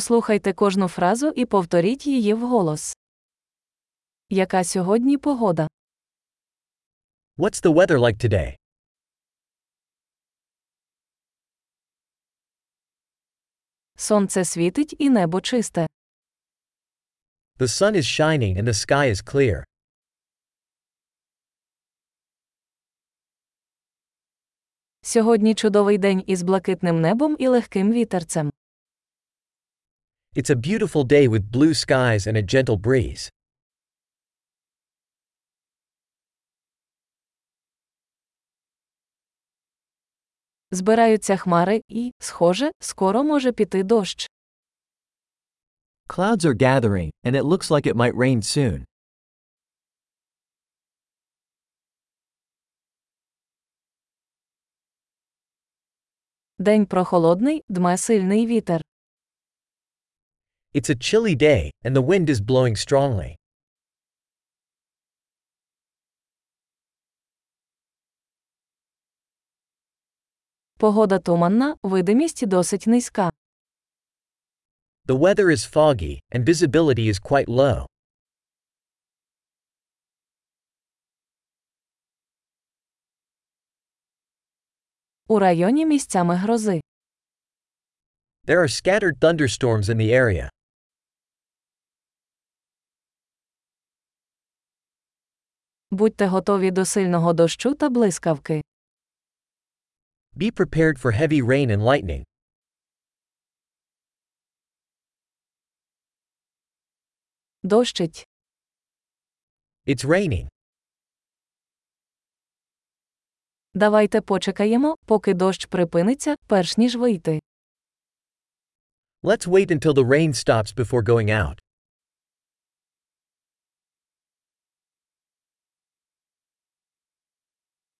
Послухайте кожну фразу і повторіть її вголос. Яка сьогодні погода? What's the weather like today? Сонце світить і небо чисте. The sun is shining and the sky is clear. Сьогодні чудовий день із блакитним небом і легким вітерцем. It's a beautiful day with blue skies and a gentle breeze. Збираються хмари і, схоже, скоро може піти дощ. Clouds are gathering, and it looks like it might rain soon. День прохолодний, дме сильний вітер. It's a chilly day, and the wind is blowing strongly. Погода туманна, видимість досить низька. The weather is foggy, and visibility is quite low. У районі місцями грози. There are scattered thunderstorms in the area. Будьте готові до сильного дощу та блискавки. Be prepared for heavy rain and lightning. Дощить. It's raining. Давайте почекаємо, поки дощ припиниться, перш ніж вийти. Let's wait until the rain stops before going out.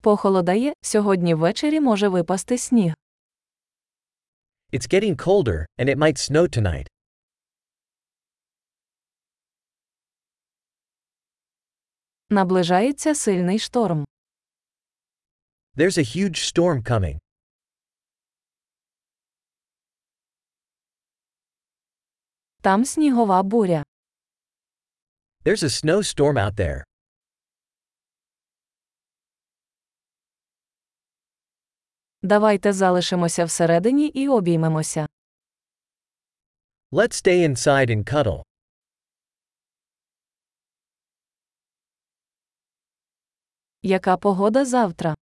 Похолодає, сьогодні ввечері може випасти сніг. It's getting colder, and it might snow tonight. Наближається сильний шторм. There's a huge storm coming. Там снігова буря. There's a snowstorm out there. Давайте залишимося всередині і обіймемося. Let's stay inside and cuddle. Яка погода завтра?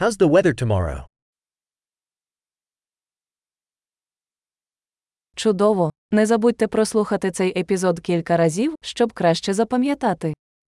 How's the weather tomorrow? Чудово! Не забудьте прослухати цей епізод кілька разів, щоб краще запам'ятати.